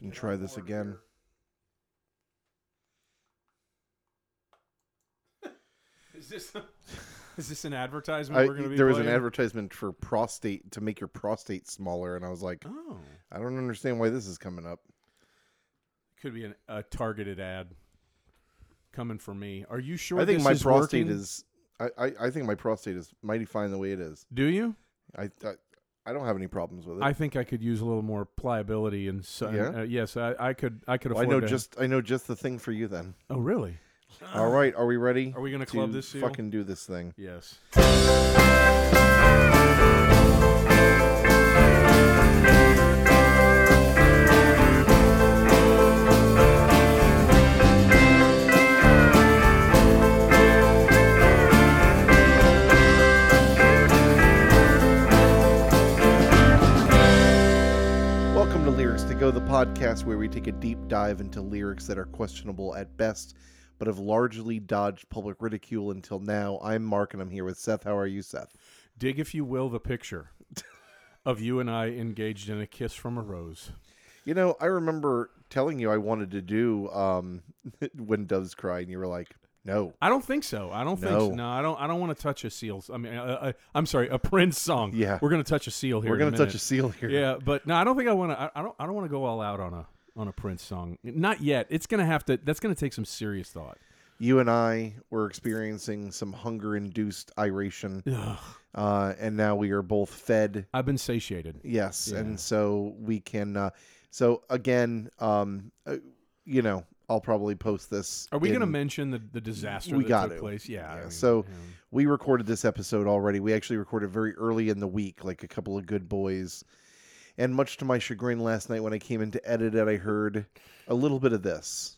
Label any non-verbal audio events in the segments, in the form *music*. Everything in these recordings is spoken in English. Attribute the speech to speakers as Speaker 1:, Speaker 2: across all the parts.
Speaker 1: Gonna
Speaker 2: Get
Speaker 1: try
Speaker 2: on
Speaker 1: this
Speaker 2: board
Speaker 1: again.
Speaker 2: here.
Speaker 3: *laughs* Is this is this an advertisement
Speaker 1: I,
Speaker 3: we're going to be
Speaker 1: there was an
Speaker 3: playing?
Speaker 1: advertisement for prostate to make your prostate smaller, and I was like,
Speaker 3: Oh.
Speaker 1: I don't understand why this is coming up.
Speaker 3: Could be an, a targeted ad coming for me. Are you sure
Speaker 1: I think
Speaker 3: this
Speaker 1: my
Speaker 3: is
Speaker 1: prostate
Speaker 3: working?
Speaker 1: is. I, I, I think my prostate is mighty fine the way it is.
Speaker 3: Do you?
Speaker 1: I I, I don't have any problems with it.
Speaker 3: I think I could use a little more pliability and so
Speaker 1: Yeah?
Speaker 3: uh, yes, I, I could I could
Speaker 1: Well, I
Speaker 3: afford
Speaker 1: know
Speaker 3: to-
Speaker 1: just I know just the thing for you then.
Speaker 3: Oh, really?
Speaker 1: All right, are we ready?
Speaker 3: Are we going to club
Speaker 1: to
Speaker 3: this seal?
Speaker 1: fucking do this thing?
Speaker 3: Yes.
Speaker 1: Welcome to Lyrics to Go, the podcast where we take a deep dive into lyrics that are questionable at best, but have largely dodged public ridicule until now. I'm Mark, and I'm here with Seth. How are you, Seth?
Speaker 3: Dig if you will the
Speaker 1: *laughs*
Speaker 3: picture of you and I engaged in a kiss from a rose.
Speaker 1: You know, I remember telling you I wanted to do um, *laughs* "When Doves Cry," and you were like, "No."
Speaker 3: I don't think so. I don't think
Speaker 1: No.
Speaker 3: so. no. I don't. I don't want to touch a seal. I mean, I, I, I'm sorry, a Prince song.
Speaker 1: Yeah.
Speaker 3: we're gonna touch a seal here.
Speaker 1: We're
Speaker 3: in a
Speaker 1: gonna touch
Speaker 3: minute.
Speaker 1: a seal here.
Speaker 3: Yeah, but no, I don't think I want to. I, I don't. I don't want to go all out on a on a Prince song. Not yet. It's gonna have to. That's gonna take some serious thought.
Speaker 1: You and I were experiencing some hunger-induced iration,
Speaker 3: Ugh.
Speaker 1: uh, and now we are both fed
Speaker 3: I've been satiated.
Speaker 1: Yes,
Speaker 3: Yeah.
Speaker 1: and so we can. Uh, so again, um, uh, you know, I'll probably post this.
Speaker 3: Are we gonna
Speaker 1: in-
Speaker 3: mention the, the disaster
Speaker 1: We
Speaker 3: that
Speaker 1: got
Speaker 3: took
Speaker 1: to.
Speaker 3: place? Yeah. I
Speaker 1: Yeah,
Speaker 3: mean,
Speaker 1: so-
Speaker 3: yeah.
Speaker 1: We recorded this episode already. We actually recorded very early in the week, like a couple of good boys. And much to my chagrin, last night when I came in to edit it, I heard a little bit of this.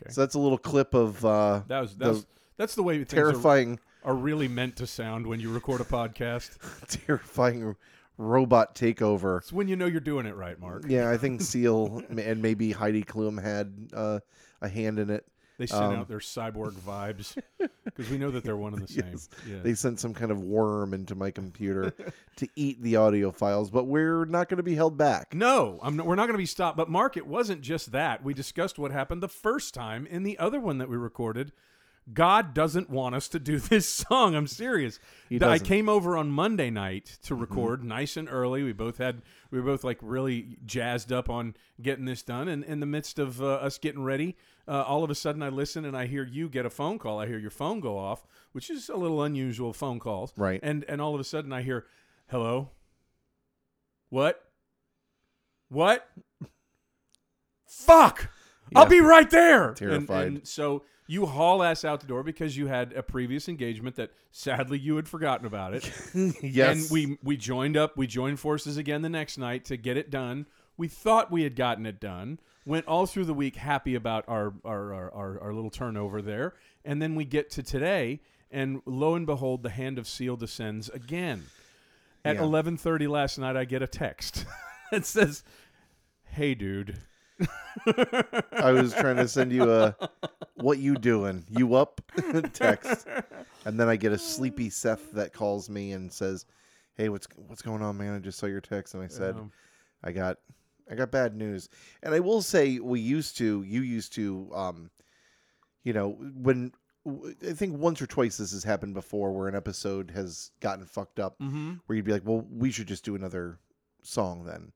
Speaker 3: Okay.
Speaker 1: So that's a little clip of uh,
Speaker 3: that was that's that's the way things are,
Speaker 1: terrifying, *laughs*
Speaker 3: are really meant to sound when you record a podcast.
Speaker 1: terrifying robot takeover.
Speaker 3: It's when you know you're doing it right, Mark.
Speaker 1: Yeah,
Speaker 3: *laughs*
Speaker 1: I think Seal and maybe Heidi Klum had uh, a hand in it.
Speaker 3: They sent
Speaker 1: Um,
Speaker 3: out their cyborg vibes because we know that they're one and the same.
Speaker 1: *laughs* Yes.
Speaker 3: Yeah.
Speaker 1: They sent some kind of worm into my computer to eat the audio files, but we're not going to be
Speaker 3: *laughs*
Speaker 1: held back.
Speaker 3: No, I'm not, we're not going to be stopped. But Mark, it wasn't just that. We discussed what happened the first time in the other one that we recorded. God doesn't want us to do *laughs* this song. I'm serious.
Speaker 1: He
Speaker 3: I
Speaker 1: doesn't. Mm-hmm.
Speaker 3: came over on Monday night to record nice and early. We both had we were both like really jazzed up on getting this done. And in the midst of uh, us getting ready, uh, all of a sudden I listen and I hear you get a phone call. I hear your phone go off, which is a little unusual phone calls.
Speaker 1: Right. *laughs*
Speaker 3: And and all of a sudden I hear, "Hello." What? What? Fuck! I'll
Speaker 1: Yeah.
Speaker 3: be right there. And-
Speaker 1: Terrified.
Speaker 3: And, so you haul ass out the door because you had a previous engagement that sadly you had forgotten about it.
Speaker 1: yes,
Speaker 3: And we we joined up. We joined forces again the next night to get it done. We thought we had gotten it done. Went all through the week happy about our our our, our, our little turnover there, and then we get to today, and lo and behold, the hand of seal descends again. At
Speaker 1: Yeah.
Speaker 3: eleven thirty last night, I get a text *laughs* that says, "Hey, dude."
Speaker 1: I was trying to send you a "What you doing? You up?" *laughs* text, and then I get a sleepy Seth that calls me and says, "Hey, what's what's going on, man? I just saw your text." And I said,
Speaker 3: Um,
Speaker 1: "I got I got bad news." And I will say, we used to, you used to, um, you know, when I think once or twice this has happened before, where an episode has gotten fucked up.
Speaker 3: mhm.
Speaker 1: where you'd be like, well, we should just do another song then.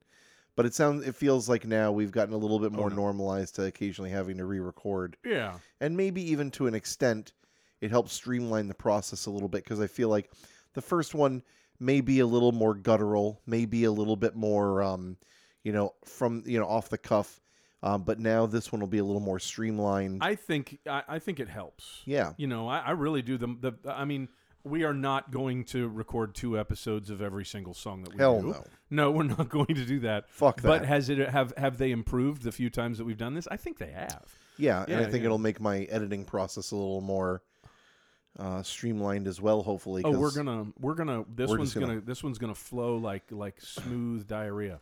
Speaker 1: But it sounds, it feels like now we've gotten a little bit more
Speaker 3: Oh, no.
Speaker 1: normalized to occasionally having to re-record,
Speaker 3: Yeah.
Speaker 1: and maybe even to an extent, it helps streamline the process a little bit because I feel like the first one may be a little more guttural, maybe a little bit more, um, you know, from you know off the cuff. Um, but now this one will be a little more streamlined.
Speaker 3: I think I, I think it helps.
Speaker 1: yeah,
Speaker 3: You know, I, I really do. The, the I mean, we are not going to record two episodes of every single song that we
Speaker 1: hell
Speaker 3: do.
Speaker 1: no,
Speaker 3: No, we're not *laughs* going to do that.
Speaker 1: fuck that.
Speaker 3: But has it have have they improved the few times that we've done this? I think they have.
Speaker 1: Yeah, and I
Speaker 3: Yeah,
Speaker 1: think
Speaker 3: yeah.
Speaker 1: it'll make my editing process a little more uh, streamlined as well. Hopefully,
Speaker 3: Oh, we're
Speaker 1: 'cause-
Speaker 3: gonna we're gonna this
Speaker 1: We're
Speaker 3: one's
Speaker 1: just
Speaker 3: gonna,
Speaker 1: gonna-
Speaker 3: this one's gonna flow like like smooth diarrhea.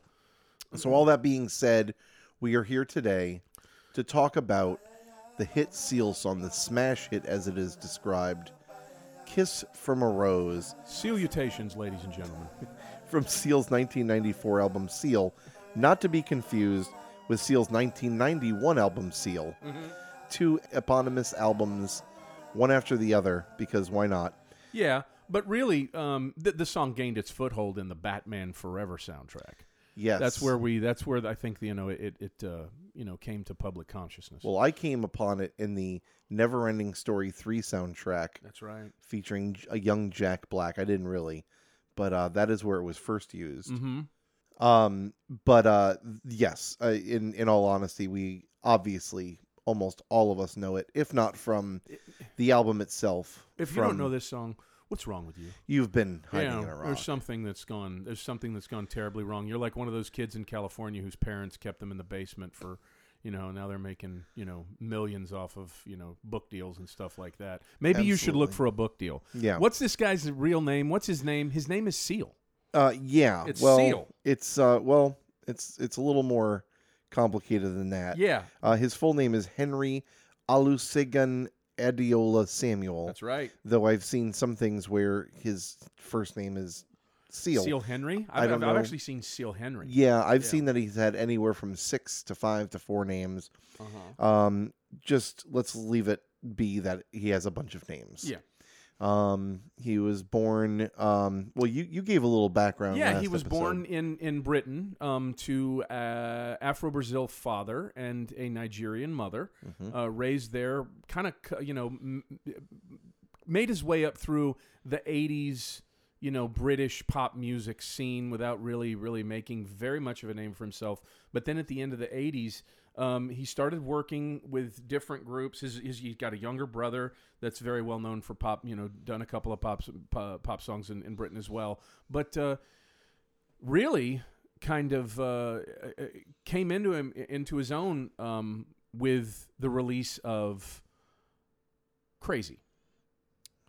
Speaker 1: So, all that being said, we are here today to talk about the hit Seals on the smash hit, as it is described, Kiss from a Rose
Speaker 3: Salutations, ladies and gentlemen.
Speaker 1: from Seal's 1994 album Seal, not to be confused with Seal's 1991 album Seal.
Speaker 3: Mm-hmm.
Speaker 1: Two eponymous albums, one after the other, because why not?
Speaker 3: Yeah, but really, um, th- the song gained its foothold in the Batman Forever soundtrack.
Speaker 1: Yes.
Speaker 3: That's where we. That's where I think you know it. It uh, you know came to public consciousness.
Speaker 1: Well, I came upon it in the Neverending Story 3 soundtrack
Speaker 3: that's right.
Speaker 1: featuring J- a young Jack Black. I didn't really, but uh, that is where it was first used.
Speaker 3: Mm-hmm.
Speaker 1: Um, but uh, yes, uh, in in all honesty, we obviously almost all of us know it, if not from the album itself.
Speaker 3: If you
Speaker 1: from
Speaker 3: don't know this song, what's wrong with you?
Speaker 1: you've been
Speaker 3: You
Speaker 1: hiding
Speaker 3: know,
Speaker 1: in a rock.
Speaker 3: there's something that's gone. There's something that's gone terribly wrong. You're like one of those kids in California whose parents kept them in the basement for, you know, now they're making you know millions off of you know book deals and stuff like that. Maybe you should look
Speaker 1: Absolutely.
Speaker 3: for a book deal.
Speaker 1: Yeah.
Speaker 3: What's this guy's real name? What's his name? His name is Seal.
Speaker 1: Uh, yeah.
Speaker 3: It's
Speaker 1: well,
Speaker 3: Seal.
Speaker 1: it's uh, well, it's it's a little more complicated than that.
Speaker 3: Yeah,
Speaker 1: Uh, his full name is Henry Alusegun Adiola Samuel.
Speaker 3: that's right.
Speaker 1: Though I've seen some things where his first name is Seal.
Speaker 3: Seal Henry. I've,
Speaker 1: don't
Speaker 3: I've, I've
Speaker 1: know.
Speaker 3: actually seen Seal Henry.
Speaker 1: Yeah, I've
Speaker 3: Yeah.
Speaker 1: seen that he's had anywhere from six to five to four names.
Speaker 3: Uh-huh.
Speaker 1: Um, just let's leave it be that he has a bunch of names.
Speaker 3: Yeah.
Speaker 1: Um, he was born. Um, well, you you gave a little background.
Speaker 3: Yeah, he
Speaker 1: last
Speaker 3: was
Speaker 1: episode.
Speaker 3: born in in Britain um, to uh, Afro Brazil father and a Nigerian mother.
Speaker 1: Mm-hmm.
Speaker 3: Uh, raised there, kind of you know, m- m- made his way up through the '80s, you know, British pop music scene without really really making very much of a name for himself. But then at the end of the '80s. Um, he started working with different groups. His, his, he's got a younger brother that's very well known for pop, you know, done a couple of pop, pop, pop songs in, in Britain as well. But uh, really kind of uh, uh, uh, came into him into his own um, with the release of Crazy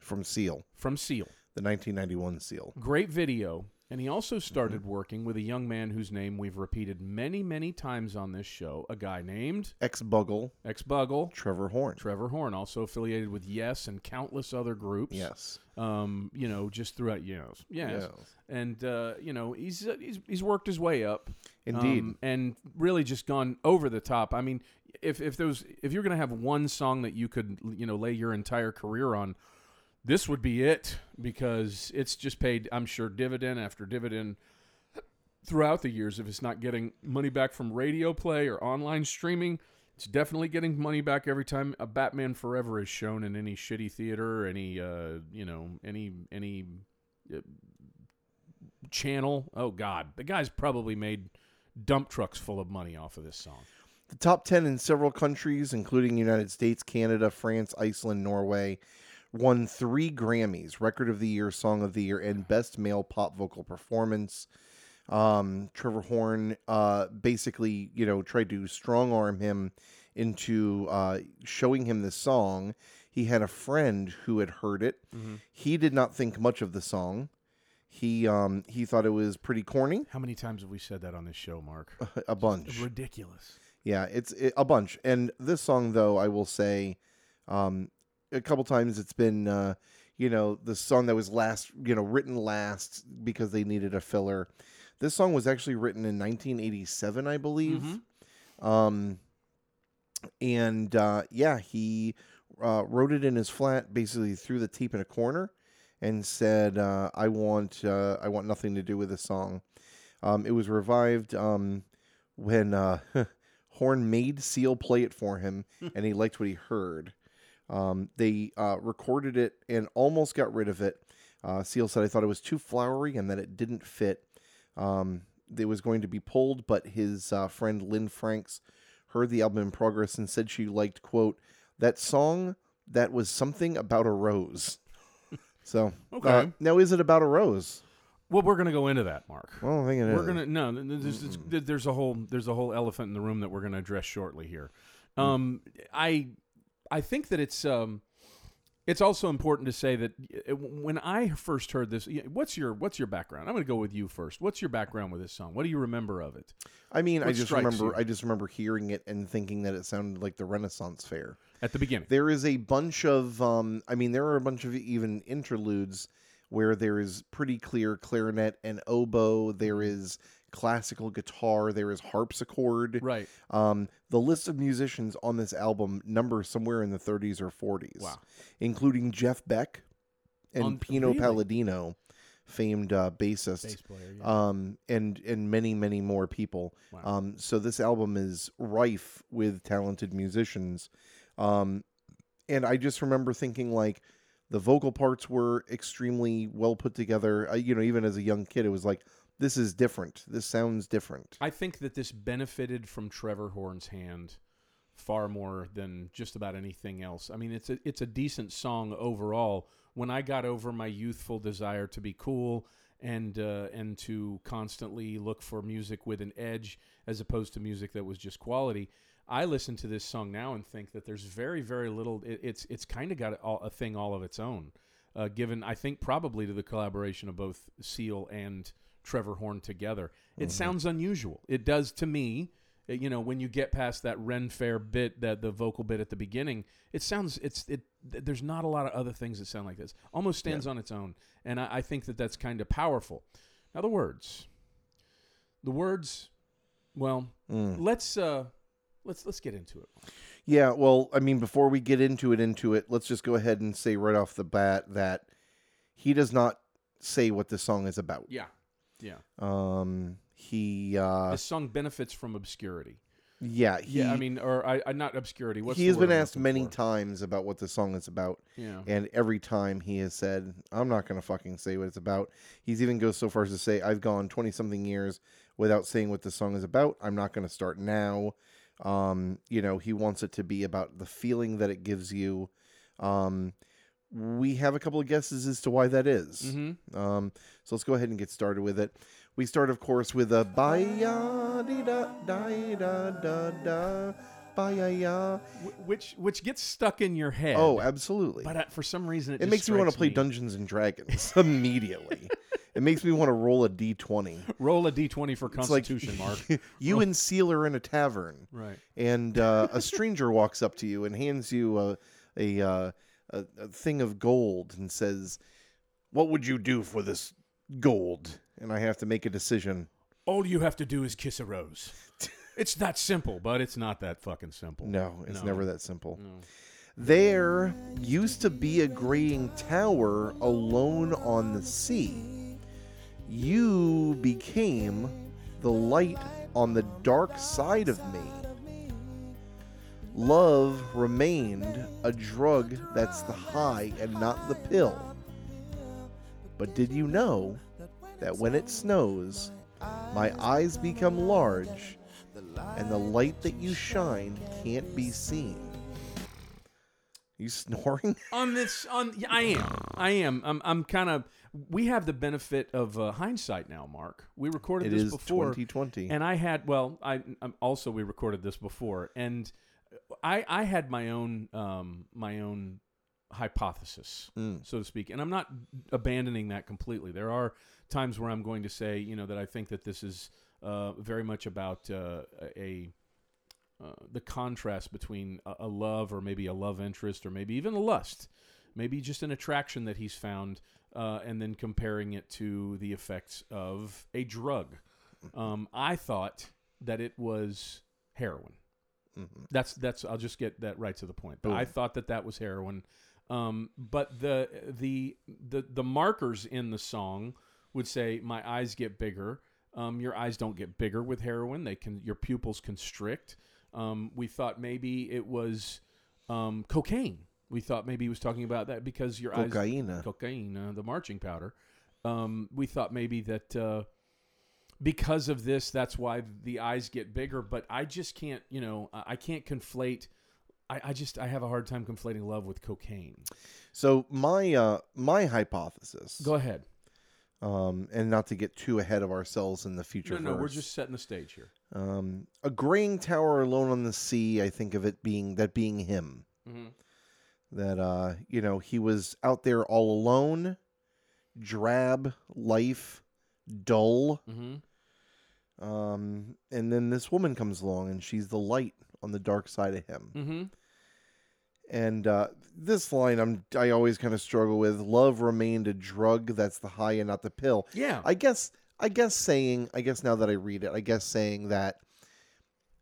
Speaker 1: from Seal,
Speaker 3: from Seal.
Speaker 1: the 1991 Seal.
Speaker 3: Great video. And he also started working with a young man whose name we've repeated many, many times on this show, a guy named
Speaker 1: Ex Buggle,
Speaker 3: Ex Buggle,
Speaker 1: Trevor Horn.
Speaker 3: Trevor Horn, also affiliated with Yes and countless other groups.
Speaker 1: yes.
Speaker 3: Um, you know, just throughout Yes. Yes.
Speaker 1: Yes.
Speaker 3: And uh, you know, he's, he's he's worked his way up.
Speaker 1: Indeed.
Speaker 3: Um, and really just gone over the top. I mean, if if there was if you're gonna have one song that you could you know lay your entire career on, this would be it because it's just paid I'm sure dividend after dividend throughout the years. If it's not getting money back from radio play or online streaming. It's definitely getting money back every time a Batman Forever is shown in any shitty theater, or any uh, you know, any any uh, channel. Oh God, the guy's probably made dump trucks full of money off of this song.
Speaker 1: The top 10 in several countries, including United States, Canada, France, Iceland, Norway, won three Grammys Record of the Year, Song of the Year, and Best Male Pop Vocal Performance. Um, Trevor Horn uh, basically, you know, tried to strong arm him into uh, showing him this song. He had a friend who had heard it. He did not think much of the song. He um, he thought it was pretty corny,
Speaker 3: How many times have we said that on this show, Mark?
Speaker 1: a bunch.
Speaker 3: Ridiculous.
Speaker 1: Yeah, it's it, a bunch. And this song, though, I will say, um, a couple times it's been, uh, you know, the song that was last, you know, written last because they needed a filler. This song was actually written in 1987, I believe.
Speaker 3: Mm-hmm.
Speaker 1: Um, and uh, yeah, he uh, wrote it in his flat, basically threw the tape in a corner, and said, uh, "I want, uh, I want nothing to do with this song." Um, it was revived um, when uh, *laughs* Horn made Seal play it for him,
Speaker 3: Hmm.
Speaker 1: and he liked what he heard. Um, they uh, recorded it and almost got rid of it. Uh, Seal said, "I thought it was too flowery and that it didn't fit." Um, it was going to be pulled, but his uh, friend Lynn Franks heard the album in progress and said she liked quote that song that was something about a rose. *laughs* So uh,
Speaker 3: Okay.
Speaker 1: now is it about a rose?
Speaker 3: Well, we're gonna go into that, Mark.
Speaker 1: I don't think it
Speaker 3: We're
Speaker 1: is.
Speaker 3: gonna no. th- th- There's, there's, there's a whole there's a whole elephant in the room that we're Mm. gonna address shortly here. Um, I I think that it's um, It's also important to say that uh, when I first heard this, y- what's your what's your background? I'm going to go with you first. What's your background with this song? What do you remember of it?
Speaker 1: I mean, I
Speaker 3: What
Speaker 1: just
Speaker 3: strikes
Speaker 1: remember
Speaker 3: you?
Speaker 1: I just remember hearing it and thinking that it sounded like the Renaissance fair.
Speaker 3: At the beginning,
Speaker 1: There is a bunch of um I mean there are a bunch of even interludes where there is pretty clear clarinet and oboe, there is classical guitar, there is harpsichord.
Speaker 3: right?
Speaker 1: Um, the list of musicians on this album numbers somewhere in the 30s or 40s,
Speaker 3: Wow.
Speaker 1: including Jeff Beck and
Speaker 3: On-
Speaker 1: Pino
Speaker 3: really?
Speaker 1: Palladino, famed uh, bassist,
Speaker 3: Bass player. yeah.
Speaker 1: um, and and many many more people.
Speaker 3: Wow.
Speaker 1: Um, so this album is rife with talented musicians, um, and I just remember thinking like the vocal parts were extremely well put together. Uh, you know, even as a young kid, it was like this is different. This sounds different.
Speaker 3: I think that this benefited from Trevor Horn's hand far more than just about anything else. I mean, it's a it's a decent song overall. When I got over my youthful desire to be cool and uh, and to constantly look for music with an edge as opposed to music that was just quality, I listen to this song now and think that there's very very little. It, it's it's kind of got a, a thing all of its own. Uh, given, I think probably to the collaboration of both Seal and Trevor Horn together, it sounds unusual. It does to me. Uh, you know when you get past that Ren Fair bit that the vocal bit at the beginning it sounds it's it th- there's not a lot of other things that sound like this almost stands on its own and I, I think that that's kind of powerful now the words the words well
Speaker 1: Mm.
Speaker 3: let's uh let's let's get into it
Speaker 1: Yeah, well, I mean, before we get into it, into it, let's just go ahead and say right off the bat that he does not say what this song is about.
Speaker 3: yeah yeah
Speaker 1: Um, he, uh,
Speaker 3: this song benefits from obscurity
Speaker 1: yeah, he,
Speaker 3: yeah I mean or I, I not obscurity what's
Speaker 1: he
Speaker 3: the
Speaker 1: has
Speaker 3: word
Speaker 1: been
Speaker 3: I'm
Speaker 1: asked
Speaker 3: looking
Speaker 1: many
Speaker 3: for?
Speaker 1: times about what the song is about,
Speaker 3: yeah
Speaker 1: and every time he has said, "I'm not going to fucking say what it's about." He's even goes so far as to say, "I've gone twenty something years without saying what the song is about. I'm not going to start now." Um, you know, he wants it to be about the feeling that it gives you. Um, we have a couple of guesses as to why that is.
Speaker 3: mm-hmm.
Speaker 1: Um, so let's go ahead and get started with it. We start, of course, with a ya di da da da da da ya ya.
Speaker 3: Wh- which which gets stuck in your head
Speaker 1: Oh, absolutely.
Speaker 3: but uh, for some reason it,
Speaker 1: It
Speaker 3: just
Speaker 1: makes me want to
Speaker 3: strikes
Speaker 1: play Dungeons and Dragons *laughs* immediately. it makes me want to roll a d20.
Speaker 3: Roll a d20 for
Speaker 1: It's like *laughs*
Speaker 3: Constitution, Mark.
Speaker 1: you and Seal are in a tavern,
Speaker 3: Right.
Speaker 1: and uh,
Speaker 3: *laughs*
Speaker 1: a stranger walks up to you and hands you a a, uh, a a thing of gold and says, "What would you do for this gold?" And I have to make a decision.
Speaker 3: All you have to do is kiss a rose. It's that simple, but it's not that fucking simple.
Speaker 1: No, it's
Speaker 3: No.
Speaker 1: never that simple.
Speaker 3: No.
Speaker 1: There used to be a graying tower alone on the sea. You became the light on the dark side of me. Love remained a drug that's the high and not the pill. But did you know that when it snows, my eyes become large and the light that you shine can't be seen? You snoring? *laughs*
Speaker 3: On this, on yeah, I am, I am. I'm, I'm kind of. We have the benefit of uh, hindsight now, Mark. We recorded
Speaker 1: It
Speaker 3: this
Speaker 1: is
Speaker 3: before,
Speaker 1: 2020.
Speaker 3: and I had. Well, I um, also we recorded this before, and I, I had my own, um, my own hypothesis.
Speaker 1: Mm.
Speaker 3: so to speak. And I'm not abandoning that completely. There are times where I'm going to say, you know, that I think that this is uh, very much about uh, a uh, the contrast between a, a love or maybe a love interest or maybe even a lust, maybe just an attraction that he's found, uh, and then comparing it to the effects of a drug. Um, I thought that it was heroin.
Speaker 1: Mhm.
Speaker 3: That's that's. I'll just get that right to the point. But I
Speaker 1: Boom.
Speaker 3: thought that that was heroin. Um, but the the the the markers in the song would say, "My eyes get bigger." Um, your eyes don't get bigger with heroin. They can your pupils constrict. Um, we thought maybe it was um, cocaine. We thought maybe he was talking about that because your eyes
Speaker 1: Cocaina.
Speaker 3: cocaine, uh, the marching powder. Um, we thought maybe that uh, because of this, that's why the eyes get bigger. But I just can't, you know, I, I can't conflate. I, I just I have a hard time conflating love with cocaine.
Speaker 1: so my uh, my hypothesis,
Speaker 3: Go ahead.
Speaker 1: um, and not to get too ahead of ourselves in the future.
Speaker 3: No, no, we're
Speaker 1: verse,
Speaker 3: just setting the stage here.
Speaker 1: um, a graying tower alone on the sea. I think of it being that being him.
Speaker 3: Mhm.
Speaker 1: that uh, you know, he was out there all alone, drab, life, dull.
Speaker 3: Mm-hmm.
Speaker 1: Um, and then this woman comes along and she's the light on the dark side of him.
Speaker 3: Mm-hmm.
Speaker 1: And uh, this line I'm I always kind of struggle with. Love remained a drug that's the high and not the pill.
Speaker 3: Yeah.
Speaker 1: I guess I guess saying I guess now that I read it, I guess saying that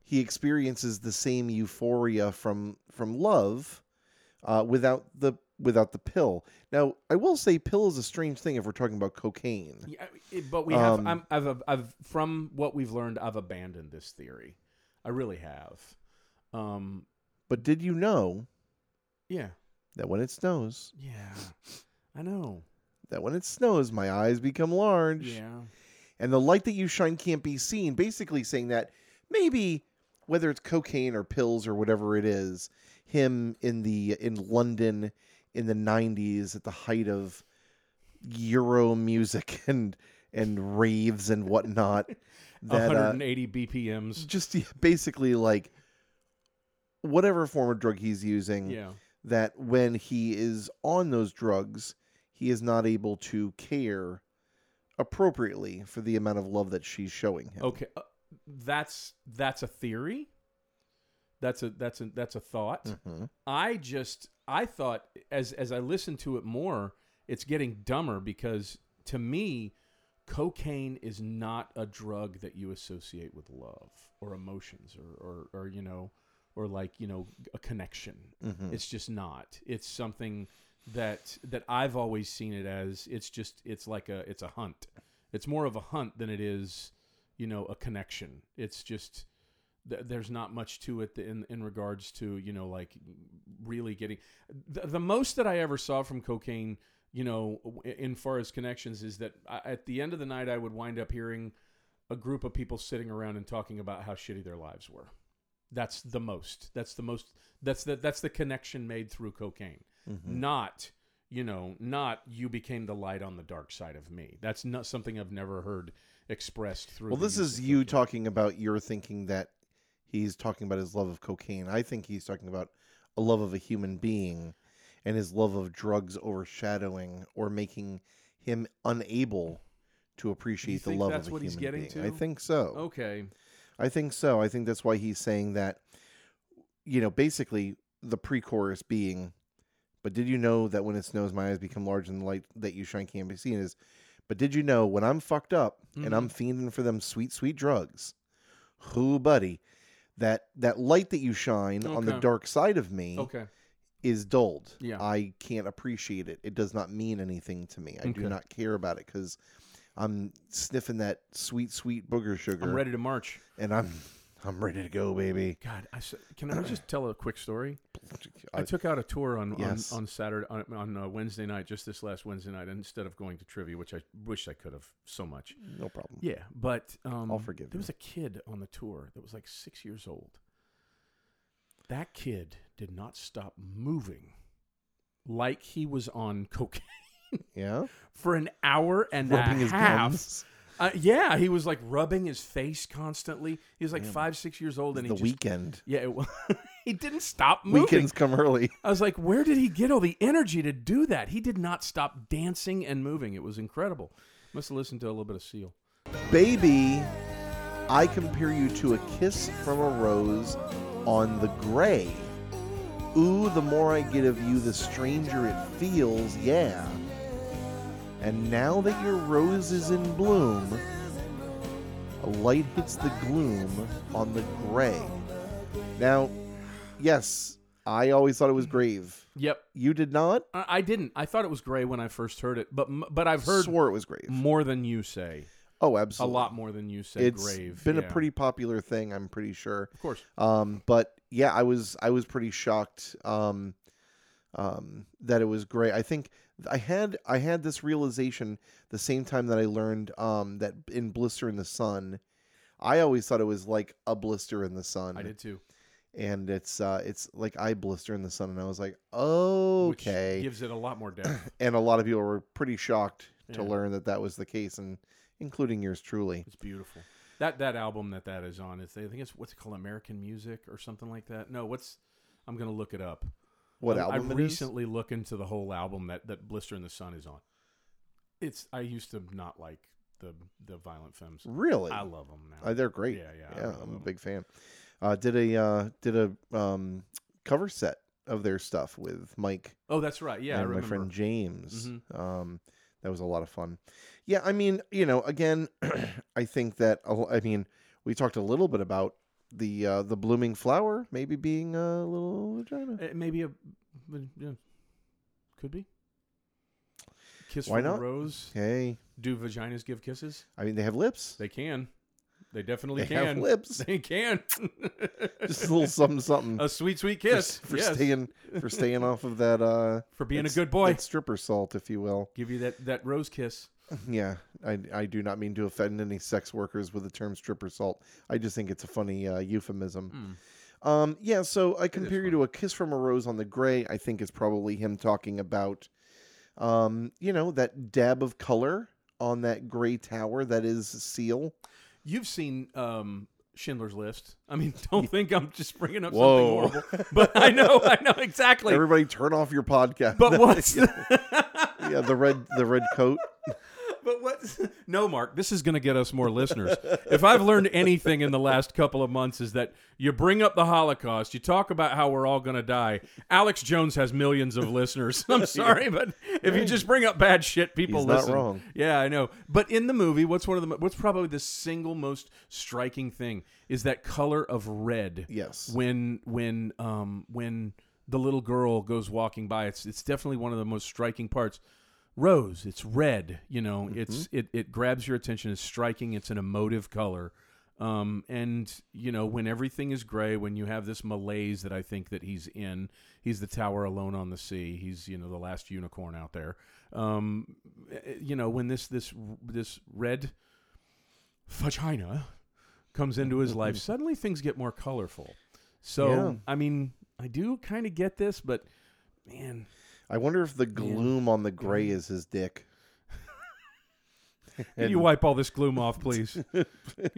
Speaker 1: he experiences the same euphoria from from love uh, without the without the pill. Now I will say pill is a strange thing if we're talking about cocaine.
Speaker 3: Yeah, it- but we have.
Speaker 1: Um,
Speaker 3: I'm, I've, I've, I've from what we've learned, I've abandoned this theory. I really have. Um.
Speaker 1: But did you know
Speaker 3: Yeah.
Speaker 1: that when it snows,
Speaker 3: Yeah. I know.
Speaker 1: that when it snows, my eyes become large,
Speaker 3: Yeah.
Speaker 1: and the light that you shine can't be seen? Basically saying that maybe whether it's cocaine or pills or whatever it is, him in the in London in the '90s at the height of Euro music *laughs* and and raves
Speaker 3: *laughs*
Speaker 1: and whatnot. That uh,
Speaker 3: 180 BPMs.
Speaker 1: just yeah, basically like whatever form of drug he's using
Speaker 3: Yeah.
Speaker 1: that when he is on those drugs he is not able to care appropriately for the amount of love that she's showing him
Speaker 3: Okay. Uh, that's that's a theory. That's a that's a that's a thought.
Speaker 1: Mhm.
Speaker 3: I just I thought as as I listened to it more, it's getting dumber because to me, cocaine is not a drug that you associate with love or emotions or or, or you know or like you know a connection.
Speaker 1: Mhm.
Speaker 3: It's just not. It's something that that I've always seen it as. It's just it's like a it's a hunt. It's more of a hunt than it is you know a connection. It's just th- there's not much to it in in regards to you know like really getting the, the most that I ever saw from cocaine you know w- in far as connections is that I, at the end of the night I would wind up hearing a group of people sitting around and talking about how shitty their lives were that's the most that's the most that's the that's the connection made through cocaine
Speaker 1: mm-hmm.
Speaker 3: not you know not you became the light on the dark side of me that's not something I've never heard expressed through
Speaker 1: well
Speaker 3: the
Speaker 1: this
Speaker 3: use
Speaker 1: is
Speaker 3: of
Speaker 1: you
Speaker 3: cocaine.
Speaker 1: talking about your thinking that he's talking about his love of cocaine i think he's talking about a love of a human being and his love of drugs overshadowing or making him unable to appreciate the
Speaker 3: think
Speaker 1: love
Speaker 3: that's
Speaker 1: of a
Speaker 3: what he's
Speaker 1: human
Speaker 3: getting
Speaker 1: being. I
Speaker 3: to?
Speaker 1: think so.
Speaker 3: okay
Speaker 1: I think so. I think that's why he's saying that, you know, basically the pre chorus being, but did you know that when it snows, my eyes become large and the light that you shine can't be seen is, but did you know when I'm fucked up and I'm
Speaker 3: Mm-hmm.
Speaker 1: fiending for them sweet, sweet drugs, who, buddy, that, that light that you shine on the
Speaker 3: Okay.
Speaker 1: dark side of me
Speaker 3: okay
Speaker 1: is dulled.
Speaker 3: Yeah.
Speaker 1: I can't appreciate it. It does not mean anything to me. I
Speaker 3: Okay.
Speaker 1: do not care about it because I'm sniffing that sweet, sweet booger sugar
Speaker 3: I'm ready to march
Speaker 1: and I'm I'm ready to go, baby.
Speaker 3: God, I s- can I
Speaker 1: *clears throat*
Speaker 3: just tell a quick story? I
Speaker 1: I-
Speaker 3: took out a tour on
Speaker 1: Yes.
Speaker 3: on, on Saturday on, on uh, Wednesday night, just this last Wednesday night, instead of going to trivia, which I wish I could have so much.
Speaker 1: no problem.
Speaker 3: Yeah, but um,
Speaker 1: I'll forgive
Speaker 3: There
Speaker 1: you.
Speaker 3: was a kid on the tour that was like six years old. That kid did not stop moving, like he was on cocaine
Speaker 1: Yeah,
Speaker 3: *laughs* for an hour and
Speaker 1: rubbing
Speaker 3: a
Speaker 1: his
Speaker 3: half.
Speaker 1: gums.
Speaker 3: Uh, yeah, he was like rubbing his face constantly. He was like five, six years old,
Speaker 1: It's
Speaker 3: and
Speaker 1: the
Speaker 3: he just
Speaker 1: weekend.
Speaker 3: yeah, it was. *laughs* he didn't stop moving.
Speaker 1: Weekends come early.
Speaker 3: I was like, where did he get all the energy to do that? He did not stop dancing and moving. It was incredible. Must have listened to a little bit of Seal.
Speaker 1: Baby, I compare you to a kiss from a rose on the gray. Ooh, the more I get of you, the stranger it feels, yeah. And now that your rose is in bloom, a light hits the gloom on the gray. Now, yes, I always thought it was grave.
Speaker 3: Yep,
Speaker 1: You did not?
Speaker 3: I, I didn't. I thought it was Gray when I first heard it, but m- but I've heard
Speaker 1: Swore it was grave.
Speaker 3: more than you say.
Speaker 1: Oh,
Speaker 3: A
Speaker 1: absolutely.
Speaker 3: lot more than you say.
Speaker 1: It's
Speaker 3: grave.
Speaker 1: been
Speaker 3: yeah.
Speaker 1: a pretty popular thing, I'm pretty sure.
Speaker 3: Of course.
Speaker 1: Um, but yeah, I was I was pretty shocked um, um, that it was great. I think I had I had this realization the same time that I learned um, that in Blister in the Sun, I always thought it was like a blister in the sun,
Speaker 3: I did too.
Speaker 1: and it's uh, it's like I blister in the sun, and I was like,
Speaker 3: Which
Speaker 1: okay.
Speaker 3: gives it a lot more depth.
Speaker 1: and a lot of people were pretty shocked to
Speaker 3: Yeah.
Speaker 1: learn that that was the case, and including yours truly.
Speaker 3: It's beautiful. That that album that that is on is I think it's what's it called American Music or something like that. No, what's I'm gonna look it up.
Speaker 1: What
Speaker 3: Um, I,
Speaker 1: album
Speaker 3: I
Speaker 1: it is?
Speaker 3: recently look into the whole album that that Blister in the Sun is on. It's I used to not like the the Violent Femmes.
Speaker 1: Really?
Speaker 3: I love them now.
Speaker 1: Uh, they're great.
Speaker 3: Yeah, yeah, I
Speaker 1: yeah.
Speaker 3: love
Speaker 1: I'm a
Speaker 3: 'em.
Speaker 1: big fan. Uh, did a uh, did a um, cover set of their stuff with Mike
Speaker 3: oh, that's right. Yeah, I
Speaker 1: and my
Speaker 3: remember. Mm-hmm.
Speaker 1: friend James. Um, that was a lot of fun. Yeah, I mean, you know, again, *clears throat* I think that a l- I mean, we talked a little bit about the uh, the blooming flower maybe being a little vagina.
Speaker 3: Eh, maybe a yeah. could be. Kiss
Speaker 1: Why
Speaker 3: from a
Speaker 1: not?
Speaker 3: Rose.
Speaker 1: Hey,
Speaker 3: Do vaginas give kisses?
Speaker 1: I mean, they have lips.
Speaker 3: They can. They definitely
Speaker 1: They
Speaker 3: can.
Speaker 1: have lips.
Speaker 3: *laughs* They can.
Speaker 1: *laughs* Just
Speaker 3: *laughs*
Speaker 1: a little something something
Speaker 3: a sweet, sweet
Speaker 1: for,
Speaker 3: kiss.
Speaker 1: s- *laughs* for
Speaker 3: Oh, yes.
Speaker 1: staying for staying off of that uh
Speaker 3: *laughs* for being a
Speaker 1: that's-
Speaker 3: good boy.
Speaker 1: that stripper salt, if you will.
Speaker 3: Give you that, that rose kiss.
Speaker 1: Yeah, I, I do not mean to offend any sex workers with the term stripper salt. I just think it's a funny uh, euphemism. Um, yeah, so I compare you to a kiss from a rose on the gray. I think is probably him talking about, um, you know, that dab of color on that gray tower that is Seal.
Speaker 3: You've seen um, Schindler's List. I mean, *laughs* don't think I'm just bringing up
Speaker 1: Whoa.
Speaker 3: something horrible, but I know, I
Speaker 1: *laughs*
Speaker 3: know exactly.
Speaker 1: Everybody, turn off your podcast.
Speaker 3: but what's
Speaker 1: *laughs* yeah, the red the red coat. *laughs*
Speaker 3: But what? *laughs* No, Mark, this is going to get us more listeners. If I've learned anything in the last couple of months is that you bring up the Holocaust, you talk about how we're all going to die. Alex Jones has millions of listeners. *laughs*
Speaker 1: *laughs*
Speaker 3: I'm sorry, but if you just bring up bad shit, people
Speaker 1: He's not
Speaker 3: listen.
Speaker 1: wrong.
Speaker 3: Yeah, I know. But in the movie, what's one of the mo- what's probably the single most striking thing is that color of red.
Speaker 1: Yes.
Speaker 3: When when um when the little girl goes walking by, it's it's definitely one of the most striking parts. Rose, it's red. You know, it's it it grabs your attention. It's striking. It's an emotive color. Um, and you know when everything is gray, when you have this malaise that I think that he's in, he's the tower alone on the sea. He's you know the last unicorn out there. Um, eh, you know when this this this red vagina comes into his
Speaker 1: *laughs*
Speaker 3: life, suddenly things get more colorful. So
Speaker 1: Yeah.
Speaker 3: I mean, I do kind of get this, but man,
Speaker 1: I wonder if the gloom on the gray is his dick.
Speaker 3: can you wipe all this gloom off, please? can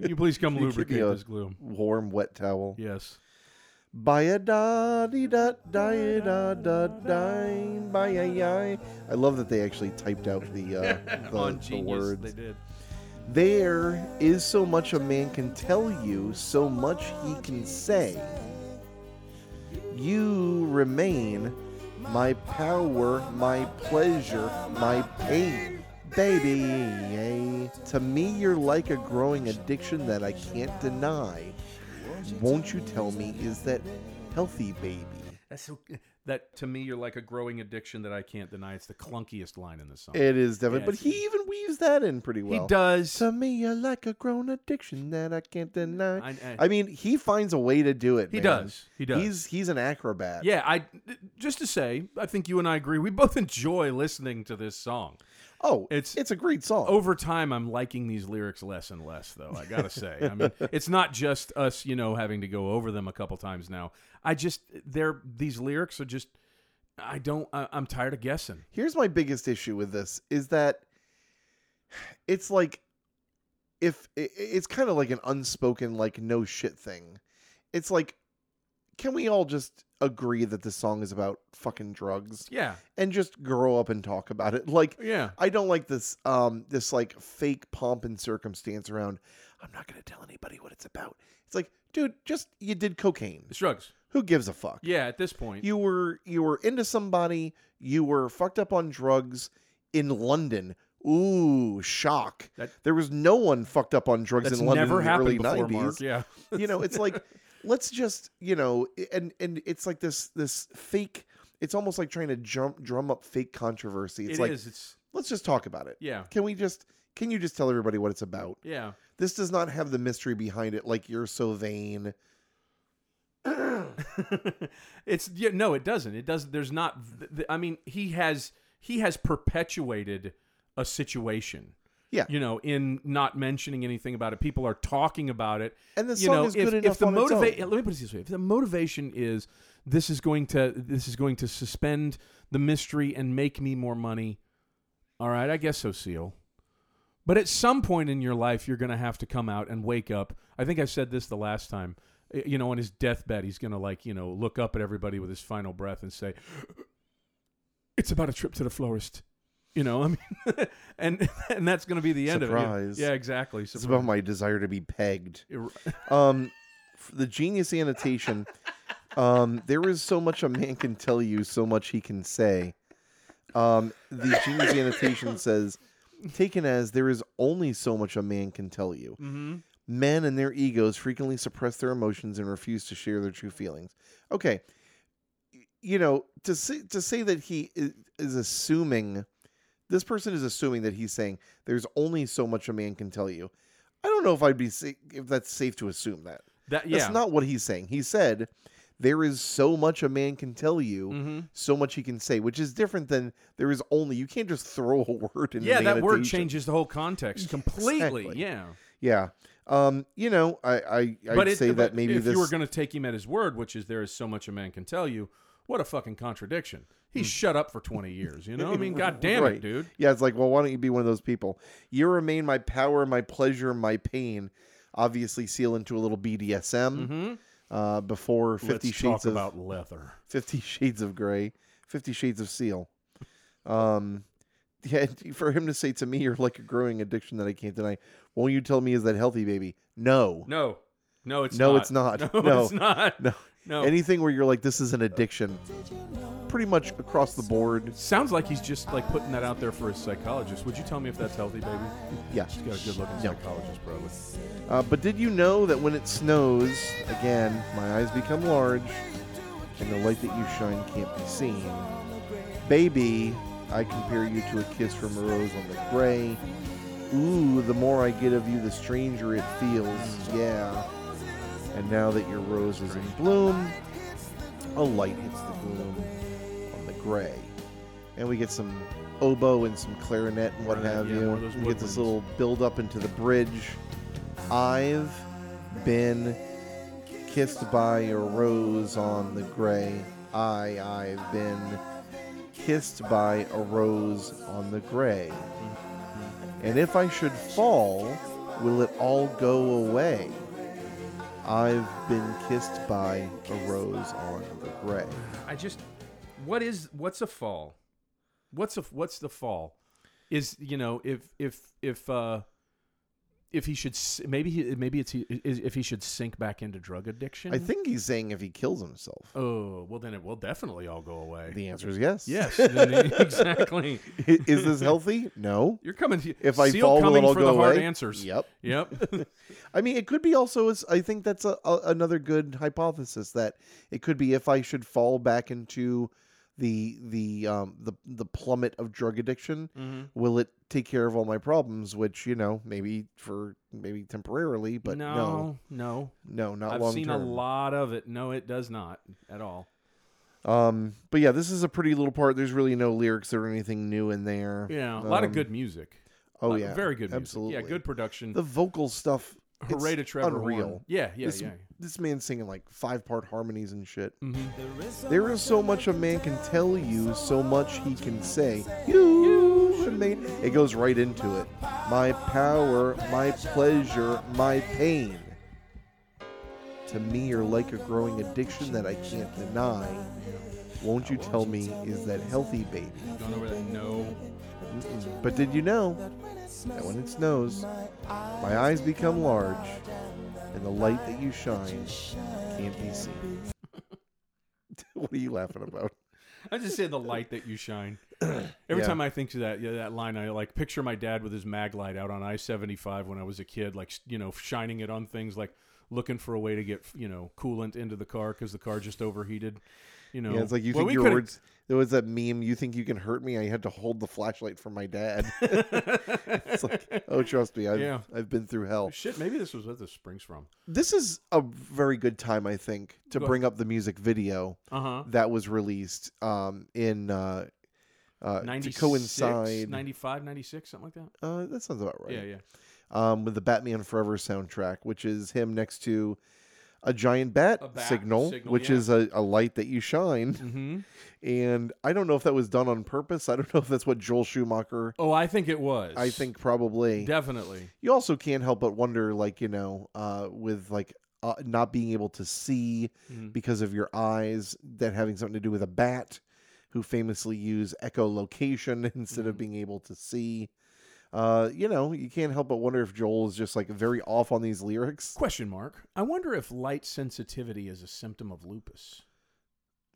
Speaker 3: you please come
Speaker 1: Can *laughs* you give me
Speaker 3: lubricate
Speaker 1: a-
Speaker 3: this gloom?
Speaker 1: Warm wet towel.
Speaker 3: Yes.
Speaker 1: By a da dee da di da da dine by a yi. I love that they actually typed out
Speaker 3: *laughs*
Speaker 1: the uh, the,
Speaker 3: On
Speaker 1: the
Speaker 3: Genius,
Speaker 1: words.
Speaker 3: they did.
Speaker 1: There is so much a man can tell you, so much he can say. You remain my power, my pleasure, my pain. Baby, yay. to me, you're like a growing addiction that I can't deny. Won't you tell me, is that healthy, baby?
Speaker 3: That's so. That to me, you're like a growing addiction that I can't deny. It's the clunkiest line in the song.
Speaker 1: It is definitely,
Speaker 3: Yeah,
Speaker 1: but
Speaker 3: it's-
Speaker 1: he even weaves that in pretty well.
Speaker 3: he does.
Speaker 1: To me, you're like a grown addiction that I can't deny.
Speaker 3: I- I-
Speaker 1: I mean, he finds a way to do it.
Speaker 3: He
Speaker 1: man.
Speaker 3: does. He does.
Speaker 1: He's he's an acrobat.
Speaker 3: yeah, I just to say, I think you and I agree. We both enjoy listening to this song.
Speaker 1: Oh,
Speaker 3: It's-
Speaker 1: it's it's a great song.
Speaker 3: Over time, I'm liking these lyrics less and less, though. I gotta say, I
Speaker 1: *laughs*
Speaker 3: mean, it's not just us, you know, having to go over them a couple times now. I just they're these lyrics are just. I don't. I, I'm tired of guessing.
Speaker 1: Here's my biggest issue with this is that it's like if i- i- it's kind of like an unspoken like no shit thing. It's like can we all just agree that this song is about fucking drugs
Speaker 3: Yeah.
Speaker 1: and just grow up and talk about it? *laughs* Like
Speaker 3: Yeah.
Speaker 1: I don't like this um this like fake pomp and circumstance around I'm not going to tell anybody what it's about. It's like, dude, just you did cocaine.
Speaker 3: It's drugs.
Speaker 1: Who gives a fuck?
Speaker 3: Yeah. At this point.
Speaker 1: You were you were into somebody, you were fucked up on drugs in London. Ooh, shock.
Speaker 3: That-
Speaker 1: there was no one fucked up on drugs
Speaker 3: that's
Speaker 1: in London
Speaker 3: never
Speaker 1: in the
Speaker 3: happened
Speaker 1: early
Speaker 3: before,
Speaker 1: 90s.
Speaker 3: Mark. Yeah.
Speaker 1: You know,
Speaker 3: *laughs*
Speaker 1: it's like let's just, you know, i- and and it's like this this fake it's almost like trying to jump drum up fake controversy. It's
Speaker 3: It's
Speaker 1: like
Speaker 3: It's
Speaker 1: let's just talk about it.
Speaker 3: yeah.
Speaker 1: Can we just can you just tell everybody what it's about?
Speaker 3: Yeah.
Speaker 1: This does not have the mystery behind it like you're so vain.
Speaker 3: *laughs* it's yeah, no, it doesn't. It doesn't. There's not. th- th- I mean, he has he has perpetuated a situation.
Speaker 1: Yeah.
Speaker 3: you know, in not mentioning anything about it, people are talking about it.
Speaker 1: And the
Speaker 3: you
Speaker 1: song
Speaker 3: know,
Speaker 1: is
Speaker 3: if,
Speaker 1: good
Speaker 3: if
Speaker 1: enough
Speaker 3: the
Speaker 1: on its
Speaker 3: motiva-
Speaker 1: own.
Speaker 3: yeah, Let me put it this way: if the motivation is this is going to this is going to suspend the mystery and make me more money, all right, I guess so, Seal. But at some point in your life, you're going to have to come out and wake up. I think I said this the last time. Y- You know, on his deathbed, he's going to like you know look up at everybody with his final breath and say, *gasps* "It's about a trip to the florist." You know, *laughs* I mean, and and that's going to be the end of
Speaker 1: Surprise.
Speaker 3: it. Yeah, exactly.
Speaker 1: It's about my desire to be pegged. *laughs*
Speaker 3: Surprise.
Speaker 1: Um, f- the genius annotation. Um, there is so much a man can tell you, so much he can say. Um, the genius annotation says, taken as there is only so much a man can tell you.
Speaker 3: Mhm.
Speaker 1: Men and their egos frequently suppress their emotions and refuse to share their true feelings. Okay, Y- you know to say, to say that he i- is assuming this person is assuming that he's saying there's only so much a man can tell you. I don't know if I'd be sa- if that's safe to assume that.
Speaker 3: *laughs* That yeah.
Speaker 1: That's not what he's saying. He said there is so much a man can tell you,
Speaker 3: Mhm.
Speaker 1: so much he can say, which is different than there is only. You can't just throw a *laughs* word in.
Speaker 3: Yeah,
Speaker 1: an
Speaker 3: that word
Speaker 1: annotation.
Speaker 3: changes the whole
Speaker 1: *laughs*
Speaker 3: context completely.
Speaker 1: exactly.
Speaker 3: Yeah,
Speaker 1: Yeah. Um, you know, I I I'd
Speaker 3: but it-
Speaker 1: say
Speaker 3: but
Speaker 1: that maybe
Speaker 3: if
Speaker 1: this
Speaker 3: you were going to take him at his word, which is there is so much a man can tell you, what a fucking contradiction. He's shut up for twenty years. You know, I
Speaker 1: *laughs*
Speaker 3: mean, god damn
Speaker 1: Hmm. Right.
Speaker 3: it, dude.
Speaker 1: Yeah, it's like, well, why don't you be one of those people? You remain my power, my pleasure, my pain. Obviously, seal into a little BDSM uh, before 50
Speaker 3: Mm-hmm. Let's
Speaker 1: Shades
Speaker 3: talk
Speaker 1: of
Speaker 3: about leather.
Speaker 1: Fifty *laughs* Shades of Grey, Fifty Shades of Seal. Um, *laughs* yeah, for him to say to me, "You're like a growing addiction that I can't deny." Won't you tell me is that healthy, baby? No,
Speaker 3: No, no, it's
Speaker 1: No,
Speaker 3: not.
Speaker 1: it's
Speaker 3: *laughs*
Speaker 1: not.
Speaker 3: No,
Speaker 1: No.
Speaker 3: it's not.
Speaker 1: *laughs* no,
Speaker 3: No.
Speaker 1: Anything where you're like, "This is an addiction," pretty much across the board.
Speaker 3: Sounds like he's just like putting that out there for his psychologist. Would you tell me if that's healthy, baby?
Speaker 1: Yeah.
Speaker 3: She's got a good-looking
Speaker 1: No.
Speaker 3: psychologist, probably.
Speaker 1: Uh, but did you know that when it snows, again, my eyes become large, and the light that you shine can't be seen? Baby, I compare you to a kiss from a rose on the gray. Ooh, the more I get of you, the stranger it feels. Yeah. And now that your rose is in bloom, a light hits the gloom on the gray. And we get some oboe and some clarinet and what
Speaker 3: Clarinet,
Speaker 1: have
Speaker 3: yeah,
Speaker 1: you.
Speaker 3: one of those
Speaker 1: We get this
Speaker 3: woodwinds.
Speaker 1: little build up into the bridge. I've been kissed by a rose on the gray. I, I've been kissed by a rose on the gray. And if I should fall, will it all go away? I've been kissed by a rose on the gray.
Speaker 3: I just what is what's a fall? What's a what's the fall? Is you know if if if uh if he should s- maybe he, maybe it's he, is- if he should sink back into drug addiction.
Speaker 1: I think he's saying if he kills himself.
Speaker 3: Oh well, then it will definitely all go away.
Speaker 1: The answer is yes.
Speaker 3: yes, then it- exactly.
Speaker 1: *laughs* I- is this healthy? No.
Speaker 3: You're coming. to-
Speaker 1: If I
Speaker 3: Seal
Speaker 1: fall, will
Speaker 3: coming
Speaker 1: it all
Speaker 3: for
Speaker 1: go
Speaker 3: the
Speaker 1: away?
Speaker 3: hard answers.
Speaker 1: Yep. *laughs*
Speaker 3: Yep.
Speaker 1: I mean, it could be also. As, I think that's a, a, another good hypothesis that it could be if I should fall back into the the um, the the plummet of drug addiction,
Speaker 3: Mm-hmm.
Speaker 1: will it take care of all my problems? Which you know, maybe for maybe temporarily, but no,
Speaker 3: no, no.
Speaker 1: no, not
Speaker 3: I've
Speaker 1: long
Speaker 3: seen a
Speaker 1: term.
Speaker 3: lot of it. No, it does not at all.
Speaker 1: Um, but yeah, this is a pretty little part. There's really no lyrics or anything new in there.
Speaker 3: Yeah, a lot of
Speaker 1: Um,
Speaker 3: good music.
Speaker 1: Oh
Speaker 3: Lot-
Speaker 1: yeah,
Speaker 3: very good. Music.
Speaker 1: Absolutely,
Speaker 3: Yeah, good production.
Speaker 1: The vocal stuff. it's
Speaker 3: Hooray to Trevor Horn.
Speaker 1: Unreal.
Speaker 3: Yeah, yeah,
Speaker 1: this,
Speaker 3: yeah.
Speaker 1: this man's singing like five part harmonies and shit.
Speaker 3: Mhm.
Speaker 1: There is so much a man can tell you, so much he can say. You should make it goes right into it. My power, my pleasure, my pain. To me, you're like a growing addiction that I can't deny. Won't you tell me, is that healthy, baby?
Speaker 3: Going over that. No.
Speaker 1: Mm-mm. But did you know that when it snows, my eyes become large, and the light that you shine can't be seen? *laughs* what are you laughing about?
Speaker 3: I just say the light that you
Speaker 1: *clears throat*
Speaker 3: shine. Every
Speaker 1: Yeah.
Speaker 3: time I think to that yeah, that line, I like picture my dad with his mag light out on I seventy five when I was a kid, like you know, shining it on things, like looking for a way to get you know coolant into the car because the car just overheated. You know,
Speaker 1: Yeah, it's like you
Speaker 3: Well,
Speaker 1: think
Speaker 3: we
Speaker 1: your
Speaker 3: coulda- *laughs*
Speaker 1: words. *laughs* There was that meme. You think you can hurt me? I had to hold the flashlight for my
Speaker 3: *laughs*
Speaker 1: dad. it's like, oh, trust me, I've
Speaker 3: Yeah.
Speaker 1: I've been through hell.
Speaker 3: Shit, maybe this was where this springs from.
Speaker 1: This is a very good time, I think, to
Speaker 3: Go ahead.
Speaker 1: bring up the music video
Speaker 3: Uh huh.
Speaker 1: that was released um, in uh, uh, to coincide.
Speaker 3: 95, 96, something like that.
Speaker 1: Uh, that sounds about right.
Speaker 3: Yeah, yeah.
Speaker 1: um, with the Batman Forever soundtrack, which is him next to a giant bat,
Speaker 3: A bat
Speaker 1: signal,
Speaker 3: signal,
Speaker 1: which
Speaker 3: yeah.
Speaker 1: is a, a light that you shine.
Speaker 3: hmm
Speaker 1: And I don't know if that was done on purpose. I don't *laughs* know if that's what Joel Schumacher.
Speaker 3: Oh, I think it was.
Speaker 1: I think probably. *laughs*
Speaker 3: definitely.
Speaker 1: you also can't help but wonder, like you know, uh, with like uh, not being able to see
Speaker 3: Mhm.
Speaker 1: because of your eyes, that having something to do with a bat, who famously use echolocation *laughs* instead of
Speaker 3: Mhm.
Speaker 1: being able to see. Uh, you know, you can't help but wonder if Joel is just like very off on these lyrics.
Speaker 3: Question mark. I wonder if light sensitivity is a symptom of lupus.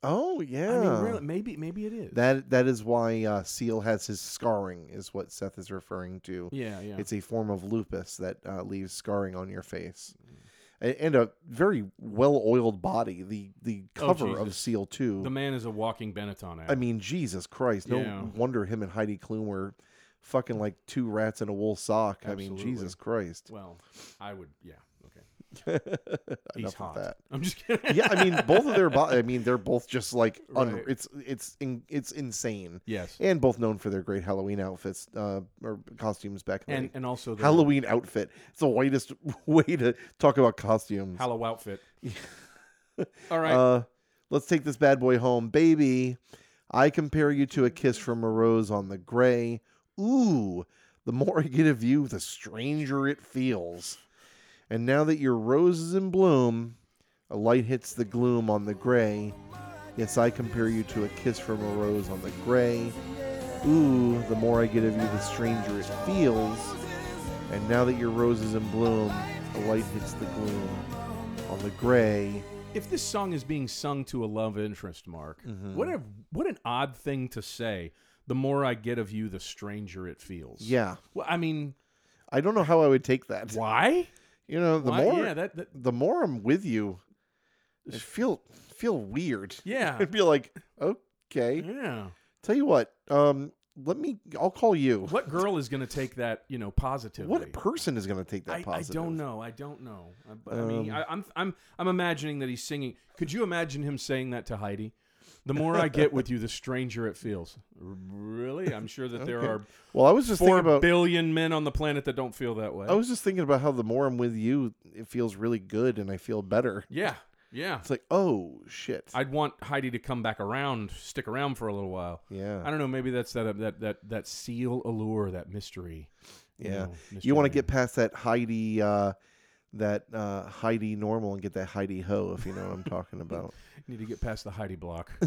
Speaker 1: Oh yeah,
Speaker 3: I mean, really, maybe maybe it is.
Speaker 1: That that is why uh, Seal has his scarring, is what Seth is referring to.
Speaker 3: yeah, yeah.
Speaker 1: It's a form of lupus that uh, leaves scarring on your face,
Speaker 3: Mm.
Speaker 1: A- and a very well-oiled body. The the
Speaker 3: Oh,
Speaker 1: cover of
Speaker 3: Jesus.
Speaker 1: Seal Two.
Speaker 3: the man is a walking Benetton ad.
Speaker 1: I mean, Jesus Christ! No
Speaker 3: Yeah.
Speaker 1: wonder him and Heidi Klum were fucking like two rats in a wool sock. I mean,
Speaker 3: Absolutely.
Speaker 1: Jesus Christ!
Speaker 3: well, I would. Yeah.
Speaker 1: *laughs*
Speaker 3: Okay. He's
Speaker 1: Enough
Speaker 3: hot.
Speaker 1: of that.
Speaker 3: *laughs* I'm just kidding.
Speaker 1: yeah, I mean, both of their body. I mean, they're both
Speaker 3: *laughs*
Speaker 1: just like un-
Speaker 3: Right.
Speaker 1: it's it's in- it's insane. *laughs*
Speaker 3: Yes.
Speaker 1: and both known for their great Halloween outfits uh, or costumes back in the
Speaker 3: And
Speaker 1: day.
Speaker 3: and also the Hello
Speaker 1: Halloween outfit. It's the whitest *laughs* way to talk about costumes.
Speaker 3: Hallow
Speaker 1: *laughs*
Speaker 3: outfit. All right.
Speaker 1: Uh, let's take this bad boy home, baby. I compare you to a kiss from a rose on the gray. Ooh, the more I get of you, the stranger it feels. And now that your rose is in bloom, a light hits the gloom on the gray. Yes, I compare you to a kiss from a rose on the gray. Ooh, the more I get of you, the stranger it feels. And now that your rose is in bloom, a light hits the gloom on the gray.
Speaker 3: if this song is being sung to a love interest, Mark,
Speaker 1: Mm-hmm.
Speaker 3: what a what an odd thing to say. The more I get of you, the stranger it feels.
Speaker 1: Yeah.
Speaker 3: Well, I mean,
Speaker 1: I don't know how I would take that.
Speaker 3: why?
Speaker 1: You know, the
Speaker 3: why?
Speaker 1: more
Speaker 3: yeah, that, that
Speaker 1: the more I'm with you, I feel feel weird.
Speaker 3: yeah,
Speaker 1: *laughs* I'd be like, okay.
Speaker 3: yeah.
Speaker 1: Tell you what, um, let me. I'll call you.
Speaker 3: What girl is going to take that? You know, positively.
Speaker 1: What person is going to take that
Speaker 3: I, I
Speaker 1: positive?
Speaker 3: don't know. I don't know. I, but, I mean, I, I'm I'm I'm imagining that he's singing. Could you imagine him saying that to Heidi? The more I get with you, the stranger it feels. Really, I'm sure that there
Speaker 1: Okay.
Speaker 3: are
Speaker 1: Well, I was just
Speaker 3: four
Speaker 1: thinking
Speaker 3: billion
Speaker 1: about. Oh,
Speaker 3: men on the planet that don't feel that way.
Speaker 1: I was just thinking about how the more I'm with you, it feels really good, and I feel better.
Speaker 3: yeah, yeah.
Speaker 1: It's like, oh shit.
Speaker 3: I'd want Heidi to come back around, stick around for a little while.
Speaker 1: yeah.
Speaker 3: I don't know. Maybe that's that uh, that that that seal allure, that mystery.
Speaker 1: yeah.
Speaker 3: know,
Speaker 1: you want
Speaker 3: mystery.
Speaker 1: to get past that Heidi. Uh, that uh, Heidi normal and get that Heidi ho if you know what
Speaker 3: *laughs*
Speaker 1: I'm talking about.
Speaker 3: need to get past the Heidi block. *laughs*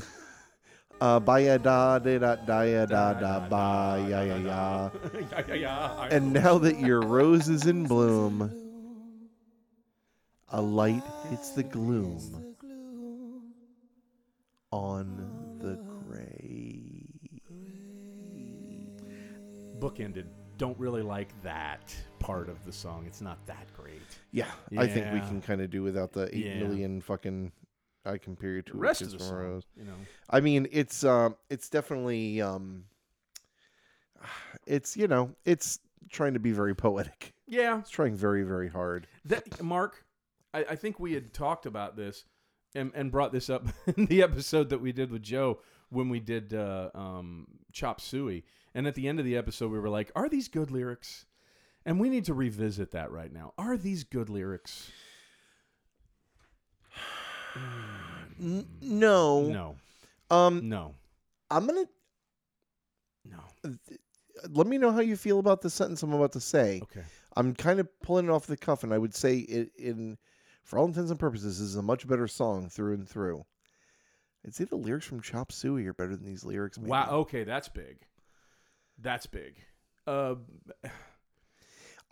Speaker 1: Uh, ba ya da da da da ya da da
Speaker 3: Da, da,
Speaker 1: ba ya ya ya.
Speaker 3: yeah, yeah, yeah. I-
Speaker 1: And now that your rose is in bloom, a light hits the gloom on the gray.
Speaker 3: bookended. Don't really like that part of the song. It's not that great.
Speaker 1: Yeah, I think we
Speaker 3: Yeah.
Speaker 1: can kind of do without the eight million
Speaker 3: Yeah.
Speaker 1: fucking. I compare you to
Speaker 3: The
Speaker 1: a
Speaker 3: rest
Speaker 1: kiss
Speaker 3: of the
Speaker 1: from a
Speaker 3: song,
Speaker 1: rose.
Speaker 3: you know,
Speaker 1: I mean, it's um, it's definitely um, it's you know, it's trying to be very poetic.
Speaker 3: yeah.
Speaker 1: It's trying very very hard.
Speaker 3: That Mark, I, I think we had talked about this and and brought this up *laughs* in the episode that we did with Joe when we did uh, um, Chop Suey. And at the end of the episode, we were like, "Are these good lyrics?" And we need to revisit that right now. Are these good lyrics?
Speaker 1: no.
Speaker 3: No,
Speaker 1: Um,
Speaker 3: no,
Speaker 1: I'm gonna
Speaker 3: no.
Speaker 1: let me know how you feel about the sentence I'm about to say.
Speaker 3: Okay.
Speaker 1: I'm kind of pulling it off the cuff, and I would say it in, for all intents and purposes, this is a much better song through and through. I'd say the lyrics from Chop Suey are better than these lyrics. Maybe.
Speaker 3: Wow. Oh, Okay, that's big. That's big. Uh,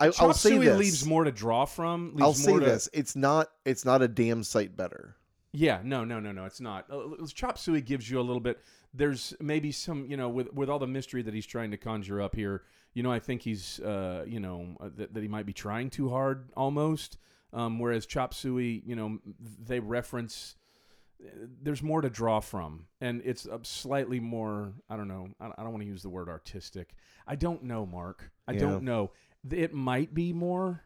Speaker 1: I,
Speaker 3: Chop
Speaker 1: I'll say
Speaker 3: Suey
Speaker 1: this.
Speaker 3: leaves more to draw from. Leaves
Speaker 1: I'll say
Speaker 3: more to,
Speaker 1: this. It's not. It's not a damn sight better.
Speaker 3: Yeah, no, no, no, no. It's not. Uh, l- Chop Suey gives you a little bit. There's maybe some, you know, with with all the mystery that he's trying to conjure up here. You know, I think he's, uh, you know, uh, that, that he might be trying too hard almost. Um, whereas Chop Suey, you know, m- they reference. uh, There's more to draw from, and it's a slightly more. I don't know. I I don't want to use the word artistic. I don't know, Mark. I
Speaker 1: Yeah.
Speaker 3: don't know. Th- It might be more.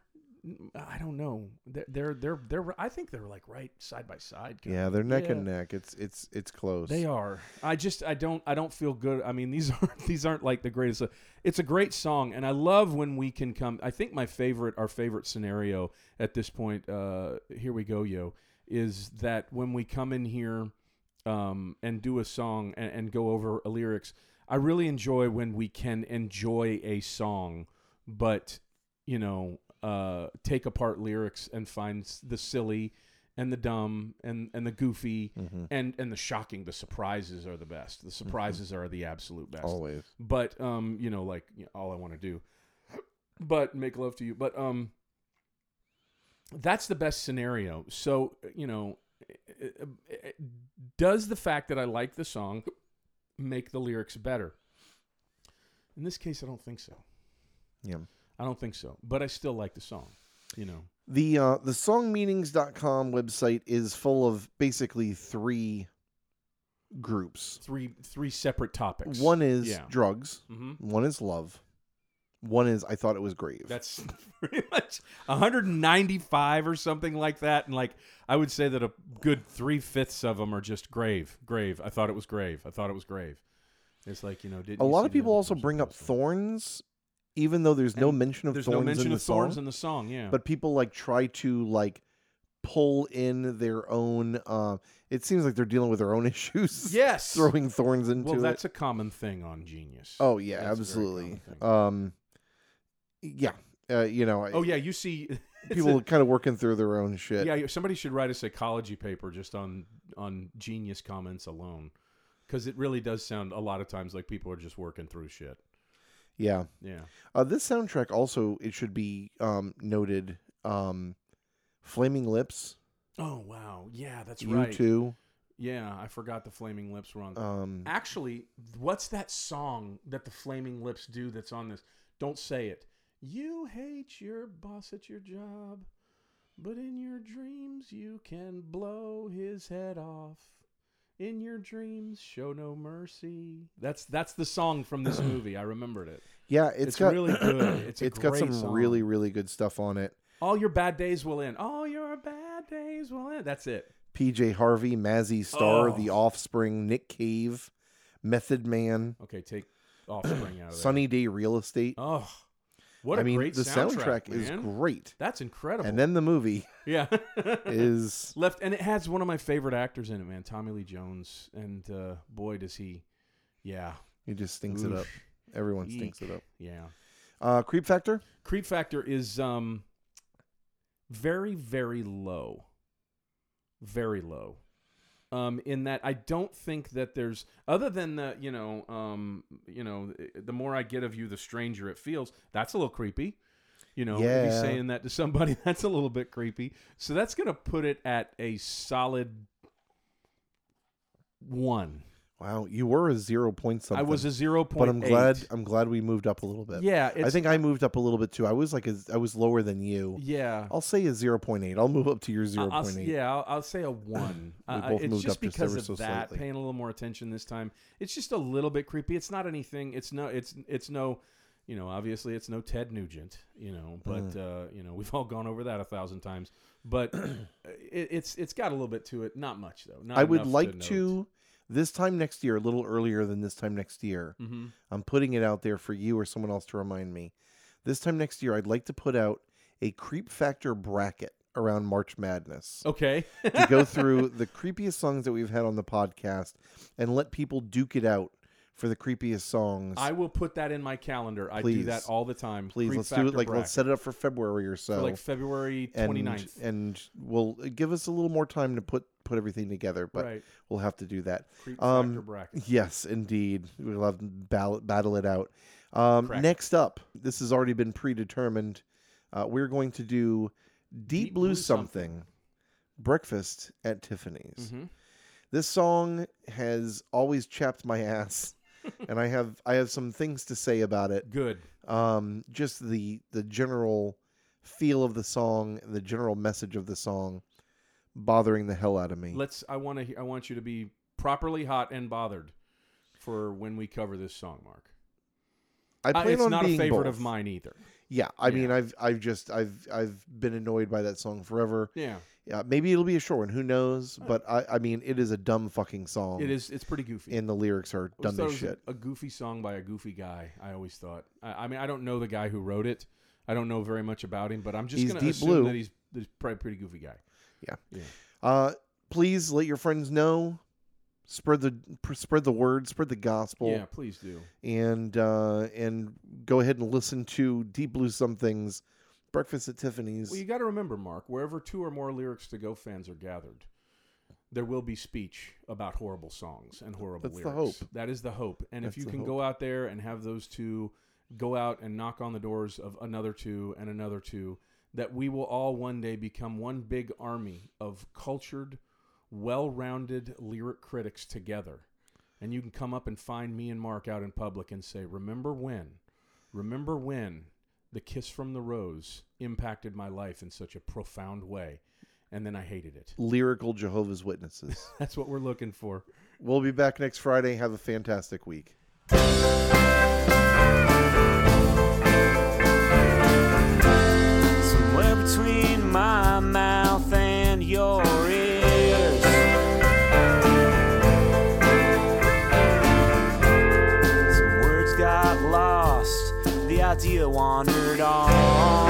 Speaker 3: I don't know. They're they're they're, they're I think they're like right side by side. kinda.
Speaker 1: Yeah, they're neck
Speaker 3: Yeah.
Speaker 1: and neck. It's it's it's close.
Speaker 3: They are. I just I don't I don't feel good. I mean these *laughs* aren't these aren't like the greatest. It's a great song, and I love when we can come. I think my favorite our favorite scenario at this point. Uh, here we go, yo, is that when we come in here um, and do a song and, and go over a lyrics, I really enjoy when we can enjoy a song, but you know, uh, take apart lyrics and find s- the silly and the dumb and, and the goofy
Speaker 1: Mm-hmm.
Speaker 3: and, and the shocking. The surprises are the best. The surprises are the absolute best
Speaker 1: Always.
Speaker 3: but um you know like you know, all i want to do *coughs* but make love to you but um that's the best scenario so you know it- it- it- does the fact that i like the song make the lyrics better in this case i don't think so
Speaker 1: Yeah.
Speaker 3: i don't think so but i still like the song you know
Speaker 1: The uh the songmeanings.com website is full of basically three groups.
Speaker 3: three three separate topics
Speaker 1: One is
Speaker 3: yeah
Speaker 1: drugs,
Speaker 3: hmm
Speaker 1: one is love, one is I thought it was grave.
Speaker 3: That's *laughs* pretty much 195 or something like that. And like, I would say that a good three fifths of them are just grave, grave. I thought it was grave. I thought it was grave. It's like you know, did
Speaker 1: a lot of people also bring up thorns, even though there's no
Speaker 3: And
Speaker 1: mention of
Speaker 3: There's
Speaker 1: thorns
Speaker 3: no mention
Speaker 1: in the
Speaker 3: of thorns
Speaker 1: song.
Speaker 3: in the song, yeah.
Speaker 1: but *laughs* people like try to like pull in their own uh it seems like they're dealing with their own *laughs* issues
Speaker 3: yes,
Speaker 1: throwing thorns into
Speaker 3: well,
Speaker 1: it.
Speaker 3: that's a common thing on Genius.
Speaker 1: oh yeah
Speaker 3: that's a very
Speaker 1: absolutely
Speaker 3: common thing.
Speaker 1: um yeah uh, you know I-
Speaker 3: oh yeah, you see, *laughs* it's
Speaker 1: people
Speaker 3: a-
Speaker 1: kind of working through their own shit
Speaker 3: yeah, somebody should write a psychology paper just on on Genius comments alone, because it really does sound a lot of times like people are just working through shit.
Speaker 1: yeah
Speaker 3: Yeah.
Speaker 1: uh, this soundtrack also it should be um noted um flaming lips
Speaker 3: Oh wow, yeah, that's
Speaker 1: you
Speaker 3: right.
Speaker 1: too
Speaker 3: Yeah, I forgot the Flaming Lips were on.
Speaker 1: um
Speaker 3: Actually, what's that song that the Flaming Lips do that's on this? Don't say it. You hate your boss at your job, but in your dreams you can blow his head off. In your dreams, show no mercy. That's that's the song from this movie. I remembered it.
Speaker 1: yeah
Speaker 3: It's,
Speaker 1: got *clears throat*
Speaker 3: really good. It's a
Speaker 1: it's got
Speaker 3: great
Speaker 1: some
Speaker 3: song.
Speaker 1: really really good stuff on it
Speaker 3: all your bad days will end. All your bad days will end. That's it.
Speaker 1: PJ Harvey, Mazzy Star,
Speaker 3: Oh.
Speaker 1: The Offspring, Nick Cave, Method Man,
Speaker 3: Okay, take Offspring out of there.
Speaker 1: Sunny Day Real Estate.
Speaker 3: Oh, what a
Speaker 1: I mean,
Speaker 3: great
Speaker 1: the
Speaker 3: soundtrack,
Speaker 1: soundtrack, is
Speaker 3: man.
Speaker 1: great.
Speaker 3: That's incredible.
Speaker 1: And then
Speaker 3: *laughs*
Speaker 1: the movie
Speaker 3: yeah,
Speaker 1: is
Speaker 3: left, and it has one of my favorite actors in it, man, Tommy Lee Jones, and uh, boy does he, yeah,
Speaker 1: he just stinks it up.
Speaker 3: Oof.
Speaker 1: Everyone stinks
Speaker 3: Eek.
Speaker 1: it up.
Speaker 3: yeah.
Speaker 1: Uh, Creep Factor.
Speaker 3: Creep factor is um, very very low, very low. Um, in that I don't think that there's other than the you know um, you know the more I get of you, the stranger it feels. That's a little creepy. You know, if he's
Speaker 1: Yeah.
Speaker 3: saying that to somebody, *laughs* that's a little bit creepy. So that's gonna put it at a solid one.
Speaker 1: Wow, you were a zero point something.
Speaker 3: I was a zero point.
Speaker 1: but I'm glad. I'm glad we moved up a little bit.
Speaker 3: Yeah, it's,
Speaker 1: I think I moved up a little bit too. I was like a, I was lower than you.
Speaker 3: yeah.
Speaker 1: I'll say a zero point eight. I'll move up to your
Speaker 3: I-
Speaker 1: zero
Speaker 3: I'll,
Speaker 1: point
Speaker 3: s-
Speaker 1: eight.
Speaker 3: Yeah, I'll, I'll say a one.
Speaker 1: *clears throat* We
Speaker 3: Uh,
Speaker 1: both
Speaker 3: it's
Speaker 1: moved
Speaker 3: just
Speaker 1: up just
Speaker 3: because
Speaker 1: ever
Speaker 3: of
Speaker 1: so
Speaker 3: that.
Speaker 1: slightly.
Speaker 3: Paying a little more attention this time. It's just a little bit creepy. It's not anything. It's no. It's it's no. You know, obviously, it's no Ted Nugent. You know, but uh, you know, *laughs* we've all gone over that a thousand times. But *clears throat* it, it's it's got a little bit to it. Not much though. Not
Speaker 1: I would
Speaker 3: enough
Speaker 1: like
Speaker 3: note.
Speaker 1: to this time next year, a little earlier than this time next year.
Speaker 3: Mhm.
Speaker 1: I'm putting it out there for you or someone else to remind me. This time next year, I'd like to put out a creep factor bracket around March Madness *laughs*
Speaker 3: Okay.
Speaker 1: to
Speaker 3: *laughs*
Speaker 1: go through the creepiest songs that we've had on the podcast and let people duke it out for the creepiest songs.
Speaker 3: I will put that in my calendar. I do
Speaker 1: Please.
Speaker 3: that all the time.
Speaker 1: Please
Speaker 3: Creep
Speaker 1: let's do it
Speaker 3: factor
Speaker 1: like
Speaker 3: bracket.
Speaker 1: let's set it up for February or so.
Speaker 3: For, like February
Speaker 1: and
Speaker 3: 29th.
Speaker 1: and we'll give us a little more time to put put everything together, but
Speaker 3: right.
Speaker 1: we'll have to do that.
Speaker 3: Creep
Speaker 1: um,
Speaker 3: factor
Speaker 1: *laughs*
Speaker 3: bracket.
Speaker 1: Yes, indeed. We'll have to battle, battle it out. Um,
Speaker 3: Correct.
Speaker 1: next up, this has already been predetermined. Uh, we're going to do Deep, Blue, something. Breakfast at Tiffany's.
Speaker 3: Mhm.
Speaker 1: This song has always chapped my *laughs* ass, and I have I have some things to say about it.
Speaker 3: Good.
Speaker 1: Um, just the the general feel of the song, the general message of the song, bothering the hell out of me.
Speaker 3: Let's. I want to. I want you to be properly hot and bothered for when we cover this song, Mark.
Speaker 1: I
Speaker 3: Uh,
Speaker 1: plan
Speaker 3: it's
Speaker 1: on
Speaker 3: not
Speaker 1: being
Speaker 3: a favorite
Speaker 1: both.
Speaker 3: of mine either.
Speaker 1: Yeah, I mean,
Speaker 3: Yeah.
Speaker 1: I've I've just I've I've been annoyed by that song forever.
Speaker 3: Yeah,
Speaker 1: Yeah, maybe it'll be a short one. Who knows? But I I mean, it is a dumb fucking song.
Speaker 3: Uh, it is. It's pretty goofy.
Speaker 1: Um, and the lyrics are
Speaker 3: I always thought
Speaker 1: dumb as
Speaker 3: it was a-
Speaker 1: shit.
Speaker 3: A, goofy song by a goofy guy. I always thought. I, I mean, I don't know the guy who wrote it. I don't know very much about him, but I'm just
Speaker 1: He's
Speaker 3: going to
Speaker 1: Deep
Speaker 3: assume
Speaker 1: Blue.
Speaker 3: that he's, he's probably a pretty goofy guy.
Speaker 1: Yeah.
Speaker 3: Yeah.
Speaker 1: Uh, please let your friends know. Spread the pr- spread the word. Spread the gospel.
Speaker 3: yeah, please do.
Speaker 1: and uh, and go ahead and listen to Deep Blue Somethings, Breakfast at Tiffany's.
Speaker 3: Well, you got to remember, Mark, wherever two or more lyrics to go fans are gathered, there will be speech about horrible songs and horrible
Speaker 1: That's the
Speaker 3: lyrics.
Speaker 1: hope.
Speaker 3: That is the hope. And
Speaker 1: That's
Speaker 3: if you
Speaker 1: the
Speaker 3: can go out there and have those two go out and knock on the doors of another two and another two, that we will all one day become one big army of cultured, well rounded lyric critics together. And you can come up and find me and Mark out in public and say, Remember when? Remember when the kiss from the rose impacted my life in such a profound way, and then I hated it. *laughs*
Speaker 1: Lyrical Jehovah's Witnesses.
Speaker 3: That's what we're looking for.
Speaker 1: we'll be back next Friday. Have a fantastic week.
Speaker 2: Somewhere between my mouth and your ears. Some words got lost, the idea wandered off.